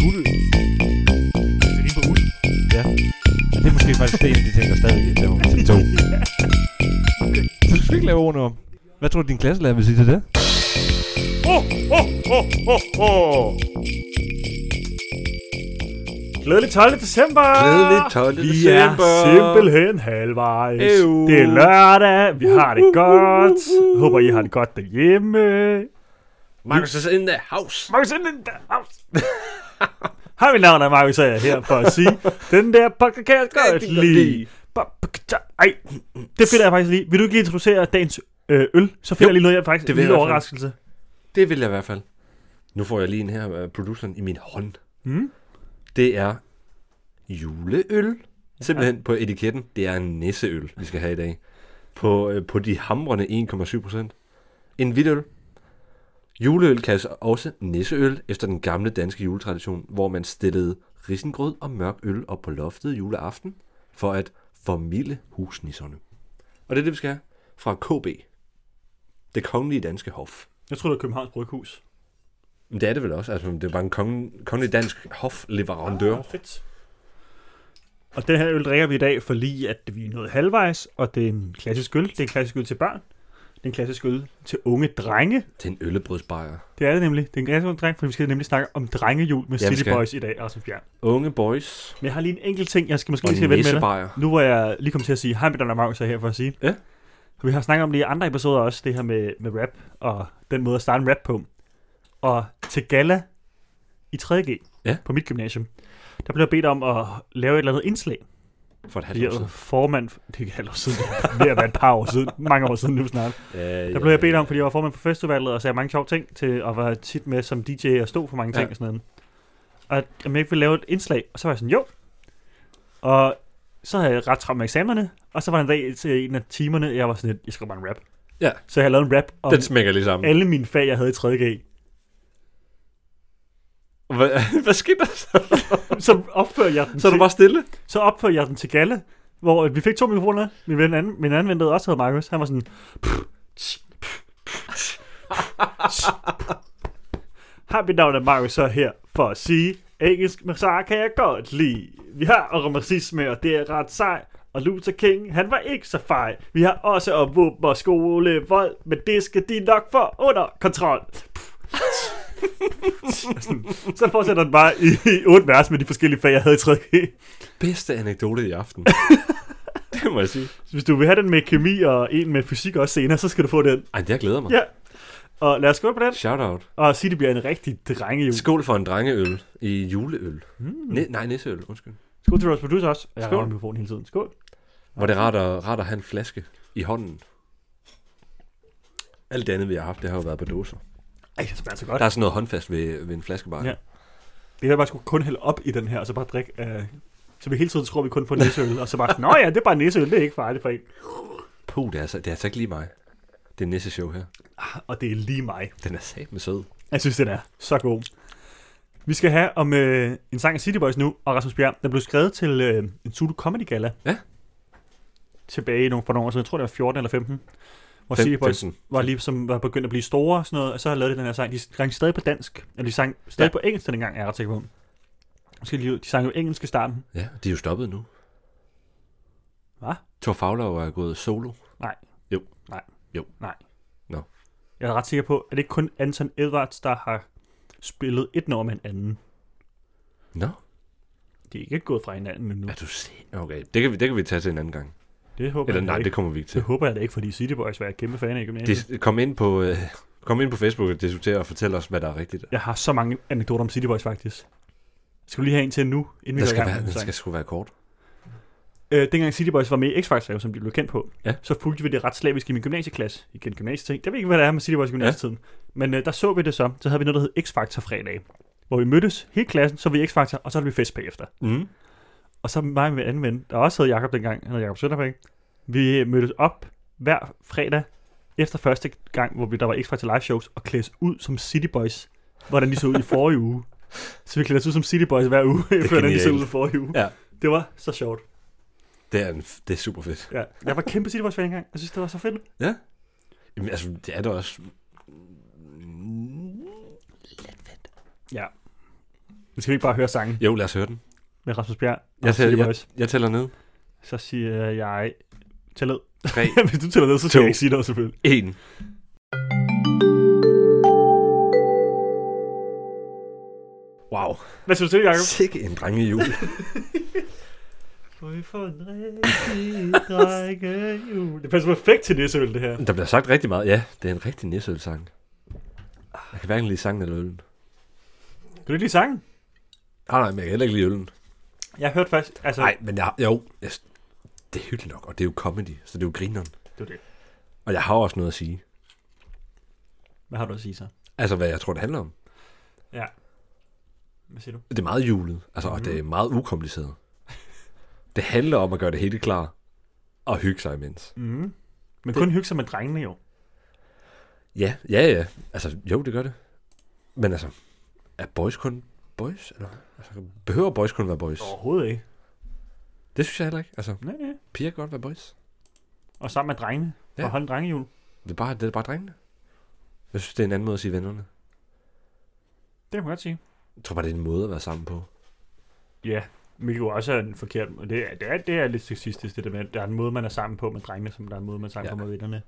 guld. Altså, Det er lige på uld. Og det er måske faktisk det, en af de ting, der stadig er på til to. Så du skal ikke lave ordene om. Hvad tror du, din klasselærer vil sige til det? Glædelig 12. december! Glædelig 12. Vi er december. simpelthen halvvejs. Øv. Det er lørdag, vi har det Uhuh, godt. Håber, I har det godt derhjemme. Markus is in the house. Markus Inden, Hej, mit navn er Markus, og jeg er her for at sige, den der podcast kan jeg godt lide. Ej, det finder jeg faktisk lige. Vil du ikke lige introducere dagens øh, øl? Så finder Jo, jeg lige noget, jeg faktisk det en vil jeg lille i hvert fald. overraskelse. Det vil jeg i hvert fald. Nu får jeg lige en her uh, produceren i min hånd. Mm. Det er juleøl. Simpelthen på etiketten. Det er en nisseøl, vi skal have i dag. På, uh, på de hamrende 1,7 procent. En hvidøl. Juleøl kaldes også nisseøl efter den gamle danske juletradition, hvor man stillede risengrød og mørk øl op på loftet juleaften for at formille husnisserne. Og det er det, vi skal have fra KB. Det kongelige danske hof. Jeg tror, det er Københavns Bryghus. Men det er det vel også. Altså, det er bare en konge, kongelig dansk hofleverandør. Ah, fedt. Og den her øl drikker vi i dag, fordi at vi er nået halvvejs, og det er en klassisk øl. Det er en klassisk øl til børn. Det er en klassisk øl til unge drenge. Det er en øllebrødsbajer. Det er det nemlig. Det er en klassisk øl til drenge, for vi skal nemlig snakke om drengejul med Ja, vi City skal. Boys i dag, Rasmus Bjerg. Unge boys Men jeg har lige en enkelt ting, jeg skal måske og lige skal vente med dig. nissebajer. Nu hvor jeg lige kom til at sige, hej med Donald Magnus er her for at sige. Ja. Vi har snakket om det i andre episoder også, det her med, med rap, og den måde at starte en rap på. Og til gala i 3.G Ja. på mit gymnasium, der blev jeg bedt om at lave et eller andet indslag. For et halvt Fordi år jeg var siden. formand... For, det er ikke et halvt år siden, det er ved at være et par år siden, mange år siden nu snart. Der blev jeg bedt om, fordi jeg var formand for festivalet, og sagde mange sjove ting til at være tit med som DJ og stå for mange ting Ja. og sådan noget. Og at- om jeg ikke ville lave et indslag, og så var jeg sådan, jo. Og så havde jeg ret travlt med eksamenerne, og så var der en dag til en af timerne, jeg var sådan lidt, jeg skal bare en rap. Ja. Så jeg havde lavet en rap om Den smækker lige sammen. alle mine fag, jeg havde i 3.G. Hvad, hvad skete der så? Så opførte jeg den Så er til- du bare stille? Så opførte jeg den til galle, hvor vi fik to mikrofoner. Min, ven anden, min anden ven, der også hed Markus, han var sådan... Har mit navn er Markus så her for at sige, engelsk massage kan jeg godt lide. Vi har om racisme, og det er ret sej. Og Luther King, han var ikke så fej. Vi har også om våben og skolevold, men det skal de nok få under kontrol. Så fortsætter den bare i, i otte vers med de forskellige fag, jeg havde i 3G. Bedste anekdote i aften. det må jeg sige. Så hvis du vil have den med kemi og en med fysik også senere, så skal du få den. Ej, jeg glæder mig. Ja. Og lad os gå på den, Shout out. og sige, det bliver en rigtig drengejul. Skål for en drengeøl i juleøl. Mm. Ne- nej, nisseøl, undskyld. Skål til vores producer også. Jeg Skål. har mikrofonen hele tiden. Skål. Var det rart at, rart at have en flaske i hånden? Alt det andet, vi har haft, det har jo været på dåser. Ej, det smager så godt. Der er sådan noget håndfast ved, ved en flaskebar. Ja. Det her bare skulle kun hælde op i den her, og så bare drikke. Øh, så vi hele tiden tror, vi kun får næseøl, og så bare, nå ja, det er bare næseøl, det er ikke farligt for en. Puh, det er, altså, det er altså ikke lige mig. Det er næste show her. Ah, Og det er lige mig. Den er sat med sød. Jeg synes, den er så god. Vi skal have om øh, en sang af City Boys nu, og Rasmus Bjerg, den blev skrevet til øh, en Zulu Comedy Gala. Ja. Tilbage i nogle, for nogle år siden, jeg tror det var 14 eller 15. Hvor Fem- City Boys 15. var lige som var begyndt at blive store og sådan noget, og så har lavet de den her sang. De sang stadig på dansk, eller de sang stadig Ja. ja. på engelsk dengang, er jeg ret sikker på. Måske lige, ud- de sang jo engelsk i starten. Ja, de er jo stoppet nu. Hvad? Thor Fagler er gået solo. Nej. Jo. Nej. Jo. Nej. Nå. Jeg er ret sikker på, at det ikke kun Anton Edwards, der har spillet et nummer med en anden. Nå, De er ikke gået fra hinanden endnu. er du se? Okay, det kan, vi, det kan vi tage til en anden gang. Det håber Eller jeg da nej, ikke. det kommer vi ikke til. Det håber jeg da ikke, fordi City Boys var jeg kæmpe fan af i gymnasiet. Det, kom, ind på, øh, kom ind på Facebook og diskutere og fortæl os, hvad der er rigtigt. Jeg har så mange anekdoter om City Boys, faktisk. Skal vi lige have en til nu, inden vi Der går i skal gang være, med den den skal sgu være kort. sang? Øh, dengang City Boys var med i x factor som de blev kendt på, Ja. så fulgte vi det ret slavisk i min gymnasieklasse. Igen gymnasieting. Jeg ved ikke, hvad der er med City Boys i gymnasietiden. Men øh, der så vi det så. Så havde vi noget, der hed X-Factor fredag. Hvor vi mødtes hele klassen, så var vi X-Factor, og så havde vi fest bagefter. Mm. Og så mig med en anden ven, der også hed Jakob dengang, han hed Jakob Sønderberg. Vi øh, mødtes op hver fredag efter første gang, hvor vi, der var ekstra til live shows, og klædes ud som City Boys, hvordan de så ud i forrige uge. Så vi klædte os ud som City Boys hver uge, før de så genialt. ud i forrige uge. Ja. Det var så sjovt. Det er, en, det er super fedt. Ja. Jeg var kæmpe City Boys fan engang. Jeg synes, det var så fedt. Jamen, altså, det er da også... Ja. Vi skal vi ikke bare høre sangen Jo, lad os høre den. med Rasmus Bjerg og Jeg, tæller, City jeg, Boys. jeg tæller ned. Så siger jeg, tæl ned. 3, Hvis du tæller ned, så skal To. jeg ikke sige noget selvfølgelig. 1. Wow. Hvad synes du, Jacob? Sikke en drengejul. Får vi får en rigtig drengejul. Det passer perfekt til næsøl, det her. Der bliver sagt rigtig meget. Ja, det er en rigtig nisseøl-sang. Jeg kan hverken lide sangen eller øllen. Kan du ikke lide sangen? Ah, Nej, nej, men jeg kan heller ikke lide øllen. Jeg hørte faktisk, altså... Nej, men jeg, jo, jeg, det er hyggeligt nok, og det er jo comedy, så det er jo grineren. Det var det. Og jeg har også noget at sige. Hvad har du at sige så? Altså, hvad jeg tror, det handler om. Ja. Hvad siger du? Det er meget julet, altså, og det er meget ukompliceret. Det handler om at gøre det hele klar og hygge sig imens. Mm. Men kun hygge sig med drengene jo. Ja, ja, ja. Altså, jo, det gør det. Men altså, er boys kun boys? Eller? Altså, behøver boys kun være boys? Overhovedet ikke. Det synes jeg heller ikke. Altså, Nej, nej. piger kan godt være boys. Og sammen med drengene. Ja. Ja. Og holde en drengejul. Det er bare, det er bare drengene. Jeg synes, det er en anden måde at sige vennerne. Det kan man godt sige. Jeg tror bare, det er en måde at være sammen på. Ja. Hvilket jo også er en forkert... Og det, er, det, er, det er lidt sexistisk, det der med, at der er en måde, man er sammen på med drengene, som der er en måde, man er sammen Ja. på med vennerne.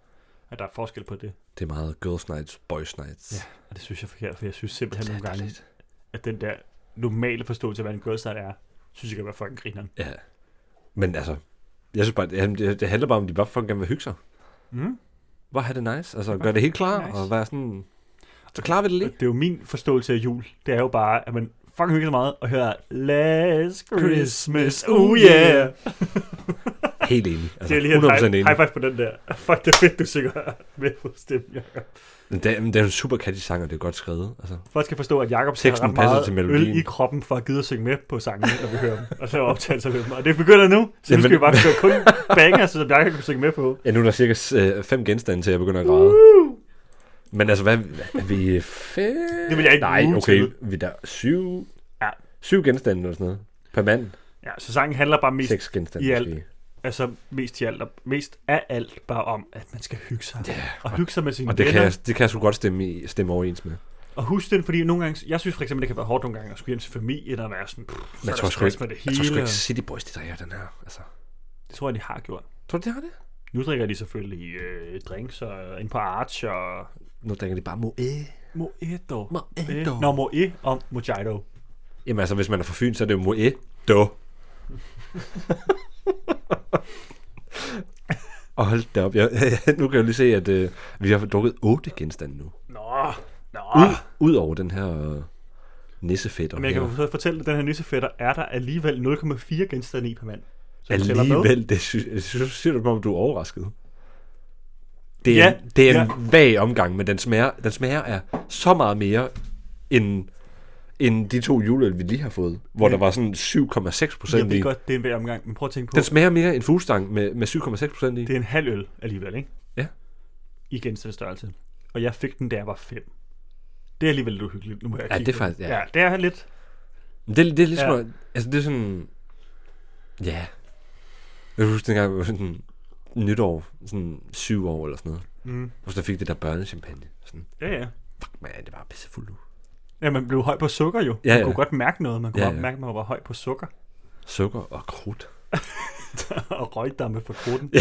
At der er forskel på det. Det er meget girls nights, boys nights. Ja. Og det synes jeg er forkert, for jeg synes simpelthen nogle gange, Lidt. at den der normale forståelse af, hvad en girlsnight er, synes jeg kan være fucking grineren. Ja. Men altså, jeg synes bare, det, det, det handler bare om, at de bare fucking gerne vil hygge sig. Mm. Bare have det nice. Altså, gør det helt klar, nice. nice. og være sådan... Så klarer vi det lige. Det er jo min forståelse af jul. Det er jo bare, at man fucking hygger sig meget og hører Last Christmas, oh yeah. Helt enig. Altså, Det er lige en high, enig. high five på den der. Fuck, det er fedt, du synger med på stemmen, Jacob. Men det, er- men det er en super catchy sang, og det er godt skrevet. Altså, Folk skal forstå, at Jacob Teksten har ret passer meget til øl melodien. i kroppen for at gide at synge med på sangene, når vi hører dem. Og så optager sig med dem. Og det begynder nu, så nu Jamen- skal vi bare høre kun banger, så Jacob kan synge med på. ja, nu er der cirka øh, fem genstande til, at jeg begynder at græde. Men altså, hvad, hvad er vi? Fem? Det vil jeg ikke Nej, bruge okay. til. Vi er der syv... Ja. Syv genstande eller sådan noget. Per mand. Ja, så sangen handler bare mest, Seks genstande i alt. måske. altså mest, i alt, og mest af alt bare om, at man skal hygge sig. Yeah. Og hygge sig med sine Og det venner. kan, jeg, det kan jeg sgu godt stemme, i, stemme overens med. Og husk den, fordi nogle gange, jeg synes for eksempel, det kan være hårdt nogle gange at skulle hjem til familien og være sådan, pff, så Men er jeg der tror sgu stress ikke, med det jeg tror sgu hele. ikke City Boys, de drikker den her. Altså, Det tror jeg, de har gjort. tror du, de har det? Nu drikker de selvfølgelig øh, drinks og ind på Arch og Nu drikker de bare moe. Moedo. Moedo. Nå, Moe og Mojito. Jamen altså, hvis man er fra Fyn, så er det jo moe. Do. Og hold da op. Jeg, nu kan jeg lige se, at øh, vi har drukket otte genstande nu. Nå, nå. Ud, ud over den her øh, nissefætter. Men Ah. jeg kan her. jo så fortælle, at den her nissefætter er der alligevel 0,4 genstande i per mand. Så det tæller med. Alligevel, det sy- jeg synes, siger du, som om du er overrasket. Det er, Ja, ja, det er ja. ja. en vag omgang, men den smager, den smager er så meget mere end, end de to juleøl, vi lige har fået, hvor der var sådan 7,6 Jeg procent i. ved godt, det er en hver omgang, men prøv at tænke på, Den smager mere end fuglstang med, med 7,6 procent i. det er en halv øl alligevel, ikke? Ja. I genstandsstørrelse. Og jeg fik den, da jeg var 5. Det er alligevel lidt uhyggeligt. Nu må jeg Ja, kigge det er på faktisk- den. ja. ja. det er lidt. Men det, det er ligesom, Ja. ja. altså det er sådan, ja. Jeg kan huske dengang, jeg var sådan nytår, sådan syv år eller sådan noget. Mm. Og så fik det der børnechampagne. Sådan, Ja, ja. man, det var pissefuldt nu. Ja, man blev høj på sukker jo. Ja, man ja. kunne godt mærke noget. Man kunne Ja, godt ja. mærke, at man var høj på sukker. Sukker og krudt. og røgdamme fra kruden.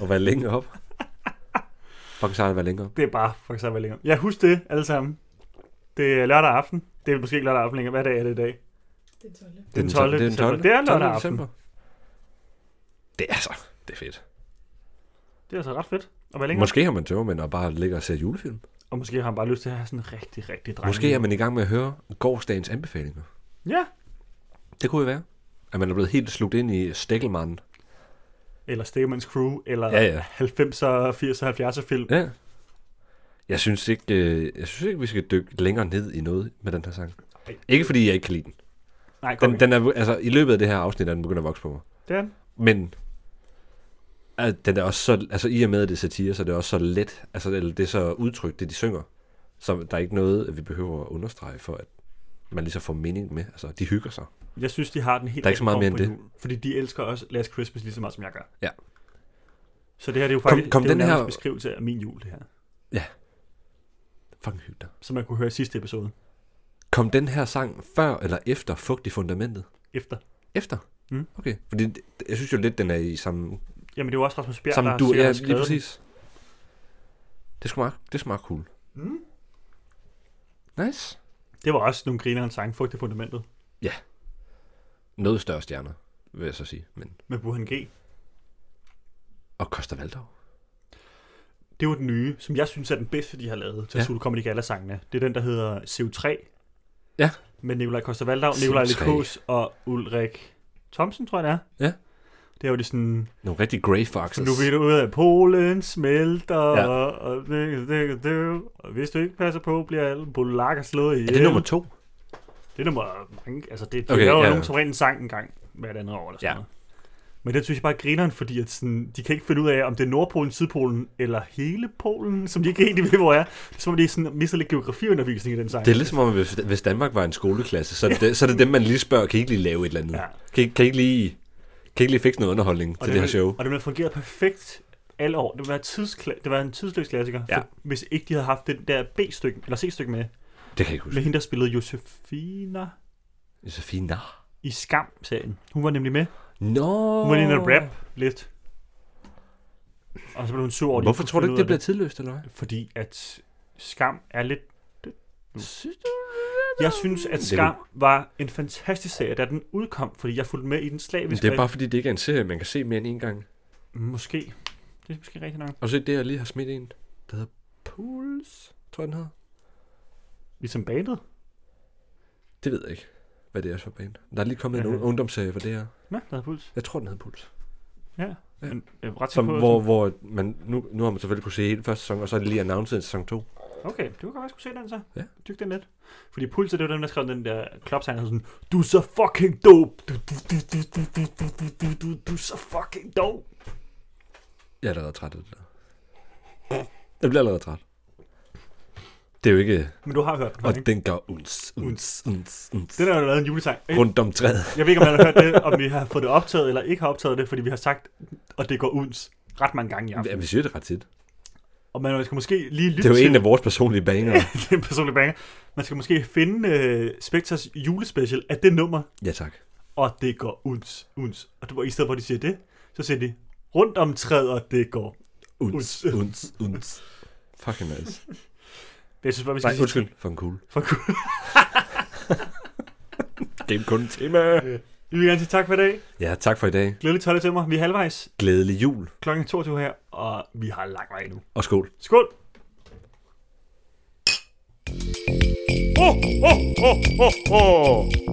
Og være længere op. Fucking sejt at være længere op. Det er bare for eksempel længere. Jeg husker det alle sammen. Det er lørdag aften. Det er måske ikke lørdag aften længere. Hvad dag er det i dag? Det er 12. Den 12. december. Det er lørdag aften. Det er så. Det er fedt. Det er altså ret fedt at være længere. Måske. Måske har man tømmermænd og bare ligger og ser julefilm. Og måske har han bare lyst til at have sådan en rigtig, rigtig dreng. Måske er man i gang med at høre gårdsdagens anbefalinger. Ja. Det kunne jo være. At man er blevet helt slugt ind i Stikkelmanden. Eller Stegmans Crew, eller ja, Ja, ja. ja. 90'er, 80'er, 70'er film. Ja. Jeg synes ikke, øh, jeg synes ikke, vi skal dykke længere ned i noget med den her sang. Ej. Ikke fordi jeg ikke kan lide den. Nej, kom Den, den er, altså, i løbet af det her afsnit er den begyndt at vokse på mig. Det er den. Men at den er også så, altså i og med, at det er satire, så er det også så let, altså det det er så udtrykt, det de synger, så der er ikke noget, vi behøver at understrege for, at man ligesom får mening med. Altså, de hygger sig. Jeg synes, de har den helt Der er ikke så meget rigtige mere form end for jul, fordi de elsker også Last Christmas lige så meget, som jeg gør. Ja. Så det her det er jo Kom- faktisk kom det er jo den her- nærmest beskrivelse af min jul, det her. Fucking hygge dig. Som man kunne høre i sidste episode. Kom den her sang før eller efter Fugt i fundamentet? efter. Efter? Mm. Okay, fordi det- jeg synes jo lidt, den er i samme, Jamen, det er jo også Rasmus Bjerg, samme der dur. sikkert Ja, har lige skrevet den. præcis. Det er sgu meget, det er sgu meget cool. Mm. Nice. Det var også nogle griner en sang, Fugt i fundamentet, Noget større stjerner, vil jeg så sige. Men, med Burhan G. og Koster Valdov. Det var den nye, som jeg synes er den bedste, de har lavet til Ja. ja. Zulu Comedy Gala-sangene. Det er den, der hedder CO3. Ja. Med Nikolaj Koster-Valdau, Nikolaj CO3. Lekos og Ulrik Thomsen, tror jeg det er. Ja. Det er jo det sådan, Nogle rigtig grey for foxes. nu ved du ud af, at Polen smelter, Ja. ja. og, det, det, det, og hvis du ikke passer på, bliver alle polakker slået ihjel. Er det nummer to? Det er nummer mange. Altså, det, okay, Okay, det er jo ja. ja. nogen, som rent en sang en gang hvert andet år. Eller sådan Ja. ja. noget. Men det synes jeg bare er grineren, fordi at sådan, de kan ikke finde ud af, om det er Nordpolen, Sydpolen eller hele Polen, som de ikke egentlig ved, hvor er. Det er som om, de sådan, mister lidt geografiundervisning i den sang. Det er lidt som om, hvis, hvis Danmark var en skoleklasse, så er, det, så er det dem, man lige spørger, kan I ikke lige lave et eller andet? Ja. Kan, I, kan, I ikke lige, kan I ikke lige fikse noget underholdning og til det, her vil- show? Og det ville have fungeret perfekt alle år. Det ville være, tidskla- det var en tidsløs klassiker, Ja. for, hvis ikke de havde haft det der B-stykke, eller C-stykke med, Det kan jeg ikke huske. med hende, der spillede Josefina Det er så fint. Nå. i Skam-serien. Hun var nemlig med. No. Hun var lige inde og rap lidt. Og så blev hun sur over, at de Hvorfor kunne tror du finde ikke, ud af det bliver tidløst, eller hvad? fordi at Skam er lidt... Synes Jeg synes, at du- Skam var en fantastisk serie, da den udkom, fordi jeg fulgte med i den slaviske... Det er bare, fordi det ikke er en serie, man kan se mere end en gang. Måske. Det er måske rigtigt nok. Og så det, jeg lige har smidt en, der hedder Pools, tror jeg, den hedder. Ligesom bandet. Det ved jeg ikke, hvad det er for band. Der er lige kommet en Ja. un- ungdomsserie, hvor det er. Nå, der er puls. Jeg tror, den hedder Puls. Ja. Ja. Men jeg er ret Som, sikker på, hvor, hvor man, nu, nu har man selvfølgelig kunne se hele første sæson, og så er det lige annonceret en sæson 2. Okay, det var godt, jeg skulle se den så. Ja. Dyk den lidt. Fordi Puls, det var dem, der skrev den der klopsang, der sådan, du er så fucking dope. Du, du, du, du, du, du, du, du, du, du, du er så fucking dope. Jeg er allerede træt af det der. Jeg bliver allerede træt. Det er jo ikke... Men du har hørt den, Og før, ikke? den gør uns, uns, uns, uns. Den er jo lavet en julesang. Ikke? Rundt om træet. Jeg ved ikke, om man har hørt det, om vi har fået det optaget eller ikke har optaget det, fordi vi har sagt, og det går uns ret mange gange i Ja, aften. vi siger det ret tit. Og man skal måske lige lytte Det er jo til en af vores personlige baner. det er en personlig banger. Man skal måske finde uh, Spectres julespecial af det nummer, Ja, tak. og det går uns, uns. Og det var i stedet for, at de siger det, så siger de, rundt om træet, og det går. Uns, uns, uns. Fucking nice. Jeg synes bare, vi skal Nej, undskyld. Fucking cool. For cool. Det er kun et tema. Vi vil gerne sige tak for i dag. Ja, tak for i dag. Glædelig tolv til mig. Vi er halvvejs. Glædelig jul. Klokken er 22 her, og vi har lang vej nu. Og skål. Skål! ho, ho, ho, ho.